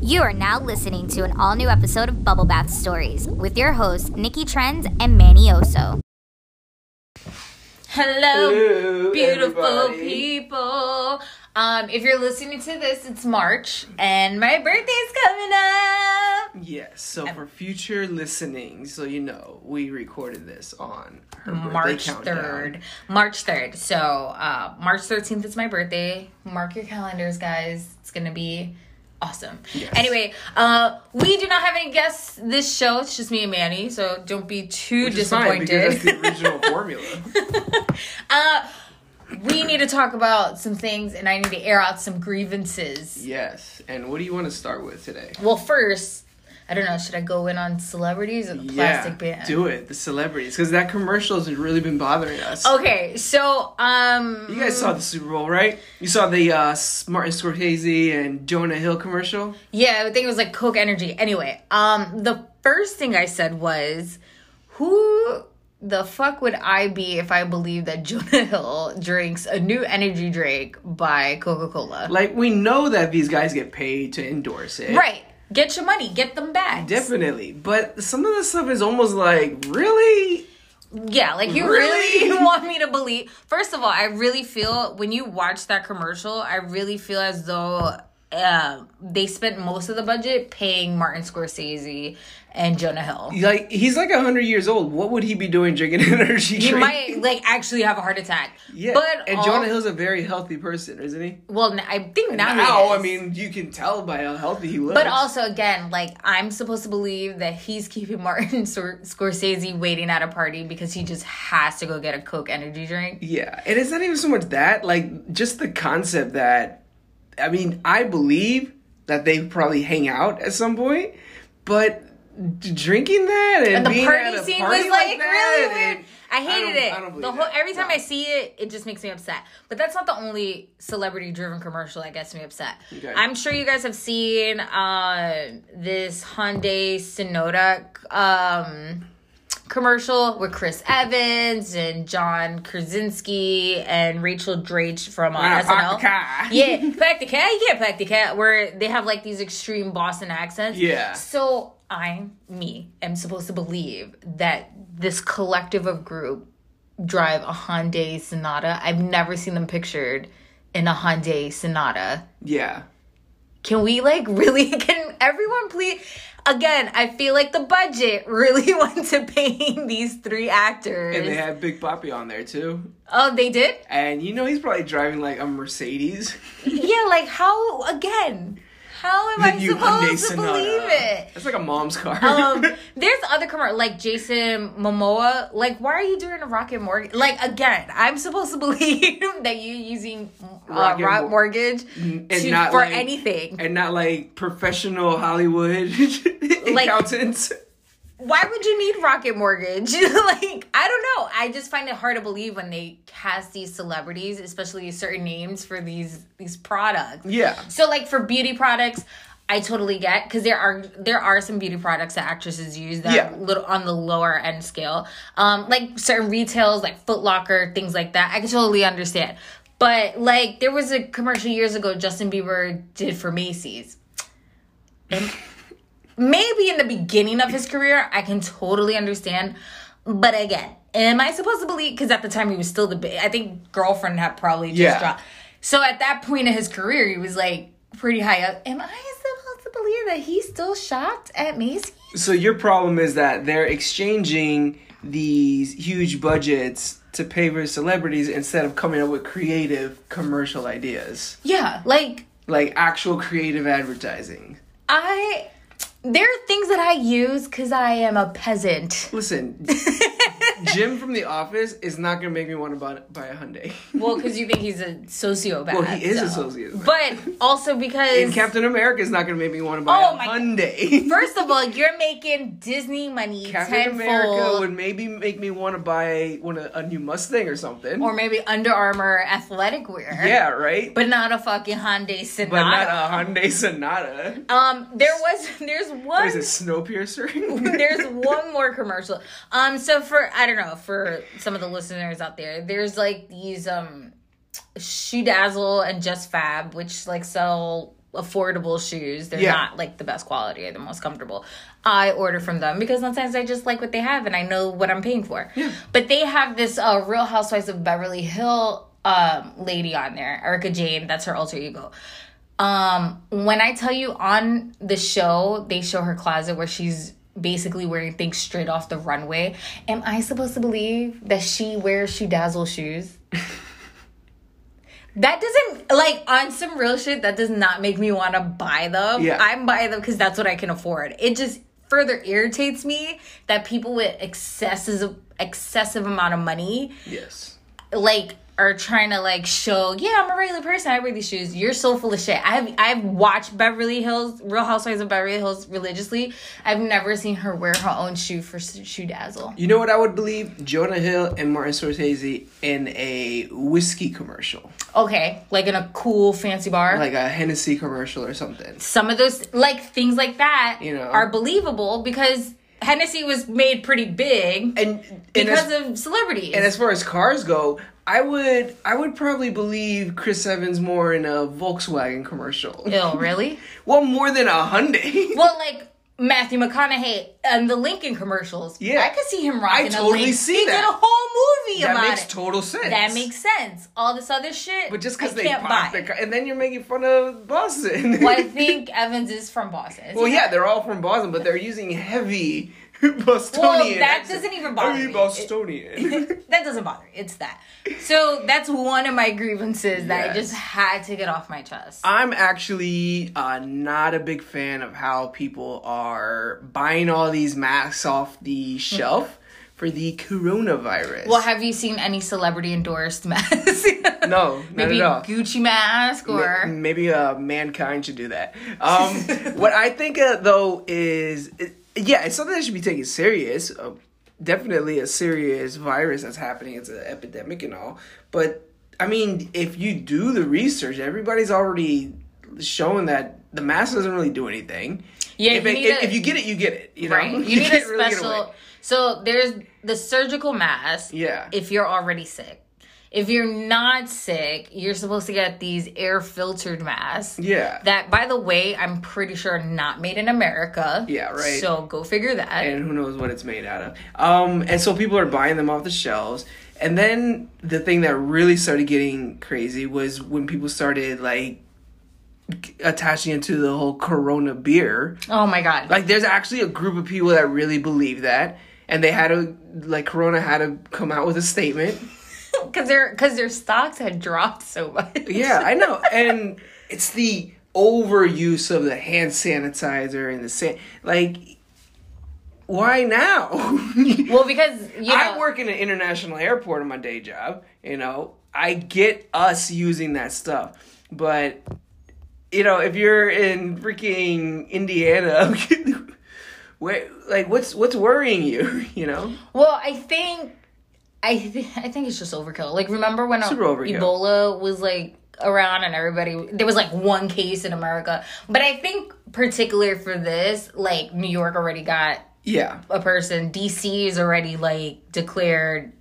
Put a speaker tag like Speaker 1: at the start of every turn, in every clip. Speaker 1: You are now listening to an all new episode of Bubble Bath Stories with your hosts, Nikki Trends and Manny Oso.
Speaker 2: Hello,
Speaker 3: Hello,
Speaker 2: beautiful
Speaker 3: everybody.
Speaker 2: people. Um, if you're listening to this, it's March and my birthday's coming up.
Speaker 3: Yes. So for future listening, so you know, we recorded this on her
Speaker 2: March
Speaker 3: birthday countdown.
Speaker 2: 3rd. March 3rd. So, uh, March 13th is my birthday. Mark your calendars, guys. It's going to be awesome.
Speaker 3: Yes.
Speaker 2: Anyway, uh, we do not have any guests this show. It's just me and Manny, so don't be too
Speaker 3: Which is fine
Speaker 2: disappointed. Uh,
Speaker 3: because that's the original formula.
Speaker 2: we need to talk about some things and I need to air out some grievances.
Speaker 3: Yes. And what do you want to start with today?
Speaker 2: Well, first, I don't know. Should I go in on celebrities or the plastic band?
Speaker 3: do it. The celebrities, because that commercial has really been bothering us.
Speaker 2: Okay, so um,
Speaker 3: You guys saw the Super Bowl, right? You saw the uh, S- Martin Scorsese and Jonah Hill commercial.
Speaker 2: yeah, I think it was like Coke Energy. Anyway, um, the first thing I said was, who the fuck would I be if I believed that Jonah Hill drinks a new energy drink by Coca Cola?
Speaker 3: Like we know that these guys get paid to endorse it,
Speaker 2: Right. Get your money. Get them back.
Speaker 3: Definitely. But some of the stuff is almost like, really?
Speaker 2: Yeah, like you
Speaker 3: Really?
Speaker 2: really? want me to believe. First of all, I really feel when you watch that commercial, I really feel as though uh, they spent most of the budget paying Martin Scorsese and Jonah Hill.
Speaker 3: like he's like 100 years old what would he be doing drinking an energy
Speaker 2: You
Speaker 3: drink
Speaker 2: might like actually have a heart attack.
Speaker 3: yeah
Speaker 2: but
Speaker 3: and
Speaker 2: all-
Speaker 3: jonah hill's a very healthy person isn't he
Speaker 2: Well, n- I think now. he
Speaker 3: now i
Speaker 2: is.
Speaker 3: mean you can tell by how healthy he looks
Speaker 2: But also, again, like I'm supposed to believe that he's keeping Martin Sor- Scorsese waiting at a party because he just has to go get a Coke energy drink.
Speaker 3: yeah and it's not even so much that like just the concept that i mean i believe that they probably hang out at some point but d- drinking that and,
Speaker 2: And the
Speaker 3: being
Speaker 2: party
Speaker 3: at a
Speaker 2: scene
Speaker 3: party
Speaker 2: was like
Speaker 3: that,
Speaker 2: really weird.
Speaker 3: and-
Speaker 2: I hated
Speaker 3: don't-
Speaker 2: it.
Speaker 3: I don't
Speaker 2: the
Speaker 3: believe
Speaker 2: whole
Speaker 3: that.
Speaker 2: every time
Speaker 3: No.
Speaker 2: I see it, it just makes me upset. But that's not the only celebrity-driven commercial that gets me upset.
Speaker 3: Okay.
Speaker 2: I'm sure you guys have seen uh, this Hyundai Sonoda um, commercial with Chris Evans and John Krasinski and Rachel Dratch from uh,
Speaker 3: Ah,
Speaker 2: SNL.
Speaker 3: park the car.
Speaker 2: Yeah, pack the cat. Yeah, pack the cat. Where they have like these extreme Boston accents.
Speaker 3: Yeah.
Speaker 2: So I, me, am supposed to believe that this collective of group drive a Hyundai Sonata. I've never seen them pictured in a Hyundai Sonata.
Speaker 3: yeah
Speaker 2: Can we like really? Can everyone please? Again, I feel like the budget really went to paying these three actors.
Speaker 3: and they had big poppy on there too
Speaker 2: oh, they did.
Speaker 3: and you know he's probably driving like a mercedes
Speaker 2: Yeah, like how again? How am I
Speaker 3: You
Speaker 2: supposed to
Speaker 3: Hyundai Sonata.
Speaker 2: believe it?
Speaker 3: That's like a mom's car.
Speaker 2: Um, there's other commercial like Jason Momoa. Like, why are you doing a Rocket Mortgage? Like again, I'm supposed to believe that you're using uh,
Speaker 3: Rocket
Speaker 2: Rocket
Speaker 3: Mor-
Speaker 2: Mortgage
Speaker 3: and
Speaker 2: to-
Speaker 3: not
Speaker 2: for
Speaker 3: like-
Speaker 2: anything.
Speaker 3: and not like professional Hollywood accountants.
Speaker 2: why would you need Rocket Mortgage? like, I don't know. I just find it hard to believe when they cast these celebrities, especially certain names for these these products.
Speaker 3: Yeah.
Speaker 2: So like for beauty products, I totally get because there are there are some beauty products that actresses use that
Speaker 3: Yeah.
Speaker 2: are little on the lower end scale. Um, like certain retails like Foot Locker, things like that. I can totally understand. But like there was a commercial years ago Justin Bieber did for Macy's. And maybe in the beginning of his career, I can totally understand. But again, am I supposed to believe? Because at the time he was still the big. I think girlfriend had probably just
Speaker 3: Yeah.
Speaker 2: dropped. So at that point in his career, he was like pretty high up. Am I supposed to believe that he's still shocked at Macy's?
Speaker 3: So your problem is that they're exchanging these huge budgets to pay for celebrities instead of coming up with creative commercial ideas,
Speaker 2: Yeah, like
Speaker 3: like actual creative advertising.
Speaker 2: I. There are things that I use because I am a peasant.
Speaker 3: Listen, Jim from The Office is not gonna make me want to buy, buy a Hyundai.
Speaker 2: Well, because you think he's a sociopath.
Speaker 3: Well, he is a sociopath.
Speaker 2: But also because
Speaker 3: and Captain America is not gonna make me want to buy
Speaker 2: Oh
Speaker 3: a
Speaker 2: my-
Speaker 3: Hyundai.
Speaker 2: First of all, you're making Disney money
Speaker 3: Captain
Speaker 2: tenfold,
Speaker 3: America would maybe make me want to buy one a, a new Mustang or something.
Speaker 2: or maybe Under Armour athletic wear.
Speaker 3: yeah, right. But,
Speaker 2: but not a fucking Hyundai Sonata.
Speaker 3: not a Hyundai Sonata.
Speaker 2: um, there was there's
Speaker 3: Or
Speaker 2: one
Speaker 3: is it Snowpiercer?
Speaker 2: there's one more commercial. Um, so for I don't know for some of the listeners out there, there's like these um, Shoe Dazzle and Just Fab, which like sell affordable shoes. They're
Speaker 3: Yeah.
Speaker 2: not like the best quality or the most comfortable. I order from them because sometimes I just like what they have and I know what I'm paying for. But they have this uh, Real Housewives of Beverly Hill um, lady on there, Erica Jane. That's her alter ego. Um, when I tell you on the show, they show her closet where she's basically wearing things straight off the runway. Am I supposed to believe that she wears shoe dazzle shoes? That doesn't like on some real shit. That does not make me want to buy them.
Speaker 3: Yeah.
Speaker 2: I'm buying them because that's what I can afford. It just further irritates me that people with excessive excessive amount of money
Speaker 3: Yes.
Speaker 2: like are trying to like show yeah I'm a regular person I wear these shoes. You're so full of shit. I've I've watched Beverly Hills Real Housewives of Beverly Hills religiously. I've never seen her wear her own shoe for s- shoe dazzle.
Speaker 3: You know what I would believe? Jonah Hill and Martin Scorsese in a whiskey commercial,
Speaker 2: Okay, like in a cool fancy bar.
Speaker 3: like a Hennessy commercial or something.
Speaker 2: some of those like things like that
Speaker 3: You know.
Speaker 2: are believable because Hennessy was made pretty big
Speaker 3: And, and as,
Speaker 2: because of celebrities.
Speaker 3: and as far as cars go, I would I would probably believe Chris Evans more in a Volkswagen commercial.
Speaker 2: Ew, really?
Speaker 3: Well, more than a Hyundai.
Speaker 2: well, like Matthew McConaughey and the Lincoln commercials.
Speaker 3: Yeah.
Speaker 2: I could see him rocking.
Speaker 3: I
Speaker 2: a
Speaker 3: totally
Speaker 2: Lincoln.
Speaker 3: see
Speaker 2: he
Speaker 3: that.
Speaker 2: did a whole movie
Speaker 3: that
Speaker 2: about
Speaker 3: makes
Speaker 2: it.
Speaker 3: total sense.
Speaker 2: that makes sense. All this other shit,
Speaker 3: But just because
Speaker 2: I
Speaker 3: they
Speaker 2: can't
Speaker 3: pop
Speaker 2: buy.
Speaker 3: the car, and then you're making fun of Boston.
Speaker 2: well, I think Evans is from Boston. Is
Speaker 3: Well,
Speaker 2: he
Speaker 3: yeah, they're all from Boston, but they're using heavy Bostonian.
Speaker 2: Well, that
Speaker 3: accent.
Speaker 2: doesn't even bother
Speaker 3: Heavy
Speaker 2: me.
Speaker 3: Bostonian.
Speaker 2: that doesn't bother. me. It's that. So that's one of my grievances that I
Speaker 3: Yes.
Speaker 2: just had to get off my chest.
Speaker 3: I'm actually uh, not a big fan of how people are buying all these masks off the shelf for the coronavirus.
Speaker 2: Well, have you seen any celebrity endorsed masks?
Speaker 3: No, not
Speaker 2: Maybe
Speaker 3: at all.
Speaker 2: Gucci mask or
Speaker 3: M- Maybe uh, mankind should do that. Um, what I think uh, though is, it, yeah, it's something that should be taken serious. Uh, definitely a serious virus that's happening. It's an epidemic and all. But I mean, if you do the research, everybody's already showing that the mask doesn't really do anything.
Speaker 2: Yeah,
Speaker 3: if,
Speaker 2: you
Speaker 3: it-
Speaker 2: need
Speaker 3: if,
Speaker 2: a-
Speaker 3: if you get it, you get it. You know,
Speaker 2: right. You need a
Speaker 3: can't really get
Speaker 2: special.
Speaker 3: away.
Speaker 2: so there's the surgical mask.
Speaker 3: Yeah.
Speaker 2: If you're already sick. If you're not sick, you're supposed to get these air filtered masks.
Speaker 3: Yeah.
Speaker 2: That, by the way, I'm pretty sure are not made in America.
Speaker 3: Yeah, right.
Speaker 2: So go figure that.
Speaker 3: and who knows what it's made out of. Um, and so people are buying them off the shelves. And then the thing that really started getting crazy was when people started like g- attaching it to the whole Corona beer.
Speaker 2: oh my God.
Speaker 3: Like, there's actually a group of people that really believe that, and they had to like Corona had to come out with a statement.
Speaker 2: Because their because their stocks had dropped so much.
Speaker 3: Yeah, I know. And it's the overuse of the hand sanitizer and the san- like. Why now?
Speaker 2: Well, because you know,
Speaker 3: I work in an international airport on my day job. You know, I get us using that stuff, but you know, if you're in freaking Indiana, where like what's what's worrying you? You know,
Speaker 2: Well, I think I th- I think it's just overkill. Like remember when uh,
Speaker 3: Super overkill.
Speaker 2: Ebola was like around and everybody there was like one case in America. But I think particular for this, like New York already got
Speaker 3: yeah,
Speaker 2: a person, DC is already like declared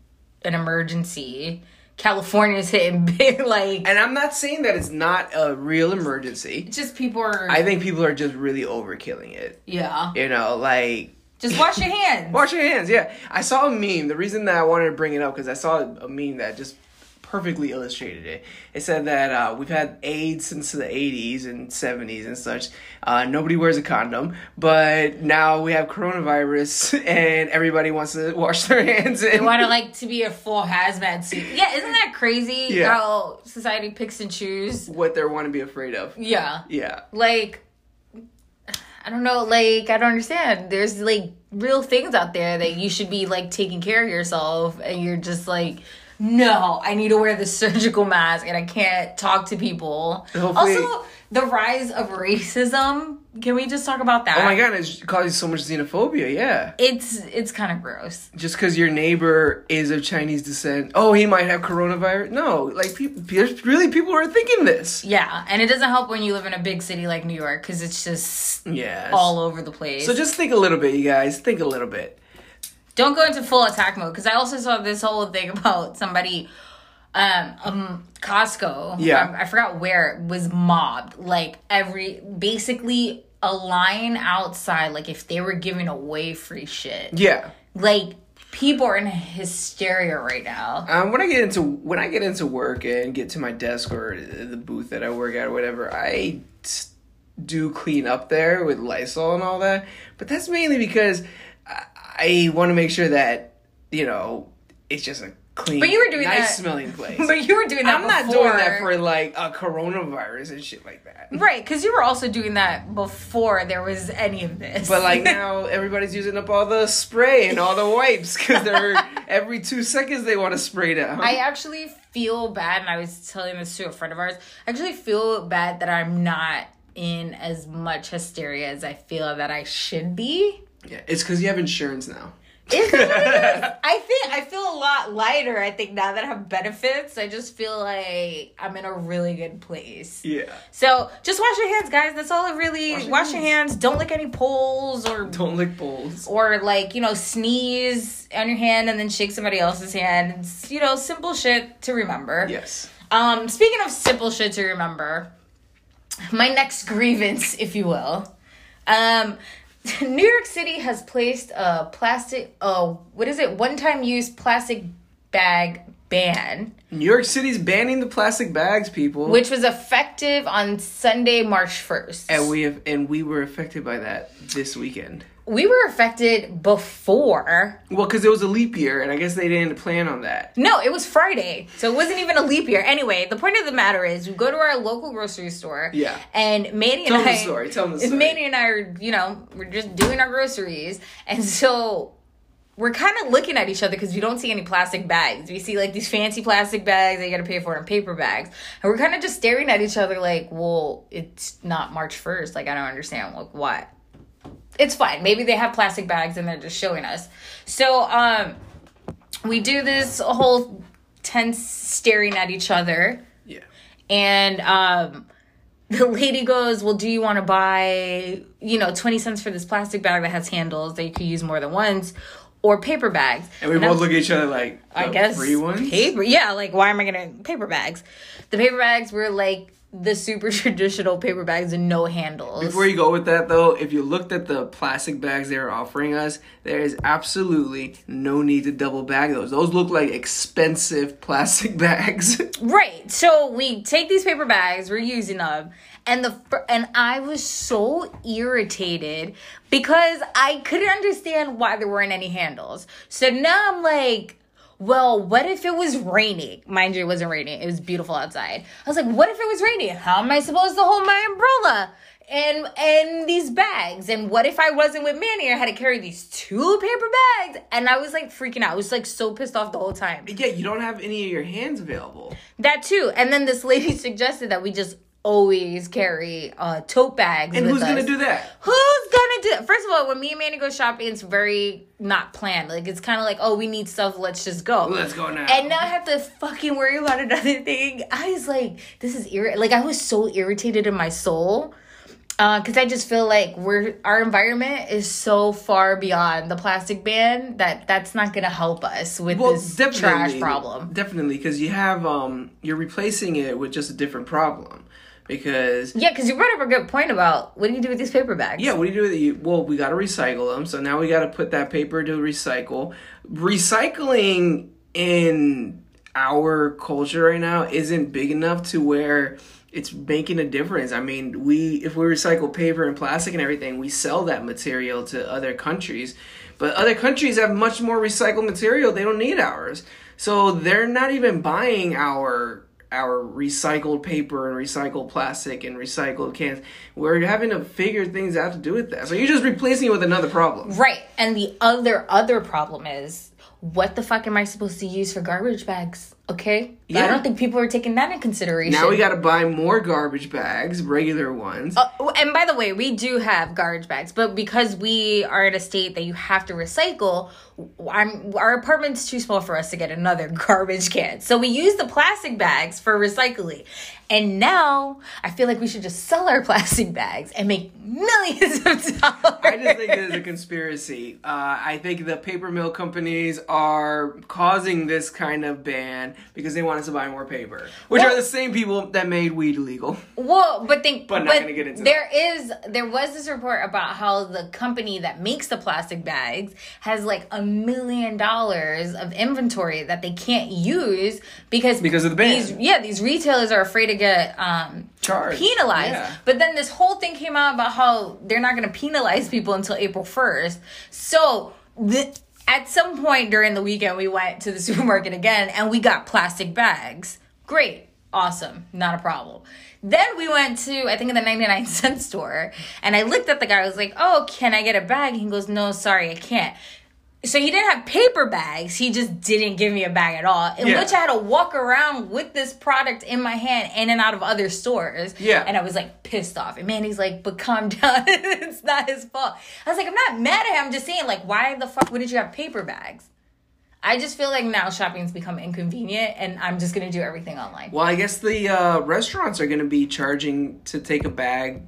Speaker 2: an emergency. California's hitting big like
Speaker 3: and I'm not saying that it's not a real emergency.
Speaker 2: just people are
Speaker 3: I think people are just really overkilling it.
Speaker 2: yeah.
Speaker 3: You know, like
Speaker 2: Just wash your hands.
Speaker 3: Wash your hands. Yeah, I saw a meme. The reason that I wanted to bring it up because I saw a meme that just perfectly illustrated it. It said that uh, we've had AIDS since the '80s and '70s and such. Uh, nobody wears a condom, but now we have coronavirus, and everybody wants to wash their hands. And
Speaker 2: They want to like to be a full hazmat suit. Yeah, isn't that crazy
Speaker 3: Yeah.
Speaker 2: how society picks and chooses?
Speaker 3: what they want to be afraid of.
Speaker 2: Yeah.
Speaker 3: Yeah.
Speaker 2: Like I don't know, like I don't understand. There's like real things out there that you should be like taking care of yourself and you're just like no, I need to wear the surgical mask and I can't talk to people.
Speaker 3: Hopefully-
Speaker 2: Also, the rise of racism. Can we just talk about that?
Speaker 3: Oh my god, it's causing so much xenophobia. Yeah.
Speaker 2: It's it's kind of gross.
Speaker 3: Just because your neighbor is of Chinese descent, oh, he might have coronavirus. No, like, pe- there's really people who are thinking this.
Speaker 2: Yeah, and it doesn't help when you live in a big city like New York cuz it's just
Speaker 3: Yeah.
Speaker 2: all over the place.
Speaker 3: So just think a little bit, you guys. Think a little bit.
Speaker 2: don't go into full attack mode because I also saw this whole thing about somebody um, um Costco.
Speaker 3: Yeah.
Speaker 2: um, I forgot where it was mobbed. Like every basically a line outside. Like if they were giving away free shit.
Speaker 3: Yeah.
Speaker 2: Like people are in hysteria right now.
Speaker 3: Um, when I get into when I get into work and get to my desk or the booth that I work at or whatever, I s- do clean up there with Lysol and all that. But that's mainly because I, I want to make sure that you know it's just a clean,
Speaker 2: But you were doing
Speaker 3: nice
Speaker 2: that-
Speaker 3: smelling place.
Speaker 2: But you were doing that.
Speaker 3: I'm not
Speaker 2: before.
Speaker 3: doing that for like a coronavirus and shit like that.
Speaker 2: right because you were also doing that before there was any of this.
Speaker 3: But like now, everybody's using up all the spray and all the wipes because they're every two seconds they want to spray down.
Speaker 2: I actually feel bad, and I was telling this to a friend of ours. I actually feel bad that I'm not in as much hysteria as I feel that I should be.
Speaker 3: yeah, it's because you have insurance now.
Speaker 2: Is that what it is? I think I feel a lot lighter. I think now that I have benefits, I just feel like I'm in a really good place.
Speaker 3: Yeah.
Speaker 2: So just wash your hands, guys. That's all it really. Wash
Speaker 3: your
Speaker 2: your, hands. Don't lick any poles or
Speaker 3: Don't lick bowls.
Speaker 2: or like you know sneeze on your hand and then shake somebody else's hand. It's, you know, simple shit to remember.
Speaker 3: Yes.
Speaker 2: Um, speaking of simple shit to remember, my next grievance, if you will, um, New York City has placed a plastic, oh, what is it, one-time use plastic bag ban,
Speaker 3: New York City's banning the plastic bags, people.
Speaker 2: which was effective on Sunday, March first.
Speaker 3: and we have and we were affected by that this weekend.
Speaker 2: we were affected before.
Speaker 3: Well, because it was a leap year, and I guess they didn't plan on that.
Speaker 2: No, it was Friday, so it wasn't even a leap year. Anyway, the point of the matter is, we go to our local grocery store.
Speaker 3: Yeah.
Speaker 2: and Manny
Speaker 3: Tell
Speaker 2: and
Speaker 3: them
Speaker 2: I.
Speaker 3: the story. Tell them the story.
Speaker 2: Manny and I are, you know, we're just doing our groceries. And so we're kind of looking at each other because we don't see any plastic bags. We see like these fancy plastic bags that you gotta pay for in paper bags. And we're kind of just staring at each other like, well, it's not March 1st. Like, I don't understand. Like, what? It's fine. Maybe they have plastic bags and they're just showing us. So, um, we do this whole tense staring at each other
Speaker 3: Yeah.
Speaker 2: and um the lady goes, "Well, do you want to buy, you know, 20 cents for this plastic bag that has handles that you could use more than once or paper bags?"
Speaker 3: And we
Speaker 2: I'm-
Speaker 3: both look at each other like,
Speaker 2: I
Speaker 3: the
Speaker 2: guess
Speaker 3: free ones.
Speaker 2: paper. Yeah, like why am I gonna paper bags? The paper bags were like the super traditional paper bags and no handles.
Speaker 3: Before you go with that though, if you looked at the plastic bags they were offering us, there is absolutely no need to double bag those. Those look like expensive plastic bags.
Speaker 2: Right. So we take these paper bags, we're using them, and the fir- and I was so irritated because I couldn't understand why there weren't any handles. So now I'm like, well, what if it was raining? Mind you, it wasn't raining. It was beautiful outside. I was like, what if it was raining? How am I supposed to hold my umbrella? And and these bags. And what if I wasn't with Manny? I had to carry these two paper bags. And I was like freaking out. I was like so pissed off the whole time.
Speaker 3: yeah, you don't have any of your hands available.
Speaker 2: That too. And then this lady suggested that we just always carry uh, tote bags.
Speaker 3: And
Speaker 2: with
Speaker 3: who's gonna
Speaker 2: us.
Speaker 3: do that?
Speaker 2: Who's gonna do? First of all, when me and Manny go shopping, it's very not planned. Like it's kind of like, oh, we need stuff. Let's just go.
Speaker 3: Let's go now.
Speaker 2: And now I have to fucking worry about another thing. I was like, this is ir- like I was so irritated in my soul. Uh, cause I just feel like we're our environment is so far beyond the plastic ban that that's not gonna help us with
Speaker 3: well,
Speaker 2: this
Speaker 3: definitely,
Speaker 2: trash problem.
Speaker 3: Definitely, because you have um, you're replacing it with just a different problem. Because
Speaker 2: Yeah, because you brought up a good point about what do you do with these paper bags?
Speaker 3: yeah, what do you do with it? Well, we got to recycle them, so now we got to put that paper to recycle. Recycling in our culture right now isn't big enough to where it's making a difference. I mean, we if we recycle paper and plastic and everything, we sell that material to other countries. But other countries have much more recycled material. They don't need ours. So they're not even buying our our recycled paper and recycled plastic and recycled cans. We're having to figure things out to do with that. So you're just replacing it with another problem.
Speaker 2: Right. And the other other problem is what the fuck am I supposed to use for garbage bags? Okay?
Speaker 3: Yeah.
Speaker 2: I don't think people are taking that in consideration.
Speaker 3: Now we got to buy more garbage bags, regular ones.
Speaker 2: Oh, and by the way, we do have garbage bags, but because we are in a state that you have to recycle, I'm, our apartment's too small for us to get another garbage can. So we use the plastic bags for recycling. And now I feel like we should just sell our plastic bags and make millions of dollars.
Speaker 3: I just think this is a conspiracy. Uh, I think the paper mill companies are causing this kind of ban because they want us to buy more paper, which
Speaker 2: Well-
Speaker 3: are the same people that made weed illegal.
Speaker 2: Well, but think,
Speaker 3: But
Speaker 2: but,
Speaker 3: not gonna get into
Speaker 2: there is- there was this report about how the company that makes the plastic bags has like a million dollars of inventory that they can't use because
Speaker 3: Because of the ban.
Speaker 2: These, yeah, these retailers are afraid to get um,
Speaker 3: Charged,
Speaker 2: penalized.
Speaker 3: yeah.
Speaker 2: But then this whole thing came out about how they're not going to penalize people until April first. So the. At some point during the weekend, we went to the supermarket again and we got plastic bags. Great. Awesome. Not a problem. Then we went to, I think, the 99 cent store and I looked at the guy. I was like, oh, can I get a bag? He goes, no, sorry, I can't. So he didn't have paper bags. He just didn't give me a bag at all. In
Speaker 3: Yeah.
Speaker 2: which I had to walk around with this product in my hand in and out of other stores.
Speaker 3: Yeah.
Speaker 2: And I was like pissed off. And Manny's like, but calm down. it's not his fault. I was like, I'm not mad at him. I'm just saying, like, why the fuck wouldn't you have paper bags? I just feel like now shopping's become inconvenient and I'm just gonna do everything online.
Speaker 3: Well, I guess the uh, restaurants are going to be charging to take a bag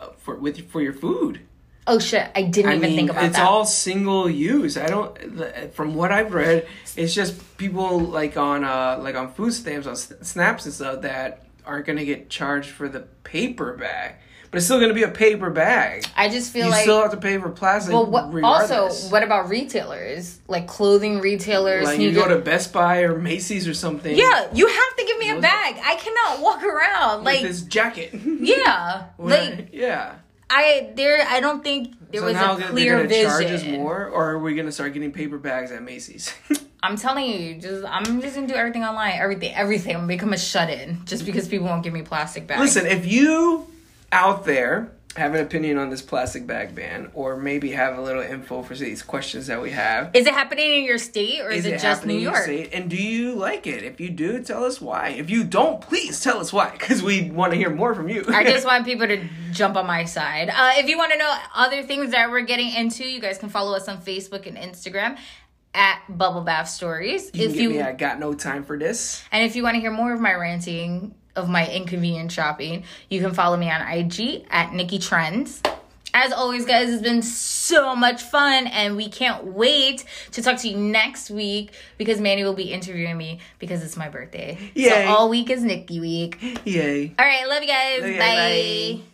Speaker 3: uh, for with for your food.
Speaker 2: Oh shit, I didn't
Speaker 3: I
Speaker 2: even
Speaker 3: mean,
Speaker 2: think about
Speaker 3: it's
Speaker 2: that.
Speaker 3: all single use. I don't. the- From what I've read, it's just people like on uh like on food stamps on s- snaps and stuff that are going to get charged for the paper bag, but it's still going to be a paper bag.
Speaker 2: I just feel
Speaker 3: You
Speaker 2: like
Speaker 3: still have to pay for plastic.
Speaker 2: well, what, also,
Speaker 3: regardless.
Speaker 2: what about retailers like clothing retailers?
Speaker 3: like you
Speaker 2: sneaker-
Speaker 3: go to Best Buy or Macy's or something.
Speaker 2: Yeah, you have to give me a
Speaker 3: Those-
Speaker 2: bag. I cannot walk around
Speaker 3: with
Speaker 2: like
Speaker 3: this jacket.
Speaker 2: yeah, like
Speaker 3: yeah.
Speaker 2: I there. I don't think there
Speaker 3: So
Speaker 2: was
Speaker 3: now
Speaker 2: a
Speaker 3: they're
Speaker 2: clear
Speaker 3: gonna
Speaker 2: vision.
Speaker 3: charge us more, or are we gonna start getting paper bags at Macy's?
Speaker 2: I'm telling you, just I'm just gonna do everything online, everything, everything. I'm gonna become a shut in just because people won't give me plastic bags.
Speaker 3: Listen, if you out there have an opinion on this plastic bag ban, or maybe have a little info for these questions that we have,
Speaker 2: is it happening in your state or is, it, just New
Speaker 3: happening in your
Speaker 2: York?
Speaker 3: state? And do you like it? If you do, tell us why. If you don't, please tell us why, because we want to hear more from you.
Speaker 2: I just want people to jump on my side. Uh, if you want to know other things that we're getting into, you guys can follow us on Facebook and Instagram at Bubble Bath Stories.
Speaker 3: you can
Speaker 2: if
Speaker 3: get me, I got no time for this.
Speaker 2: And if you want to hear more of my ranting, of my inconvenient shopping, you can follow me on IG at Nikki Trends. As always, guys, it's been so much fun, and we can't wait to talk to you next week because Manny will be interviewing me because it's my birthday.
Speaker 3: Yay.
Speaker 2: So all week is Nikki week.
Speaker 3: Yay.
Speaker 2: All right, love you guys.
Speaker 3: Love you guys,
Speaker 2: bye.
Speaker 3: bye.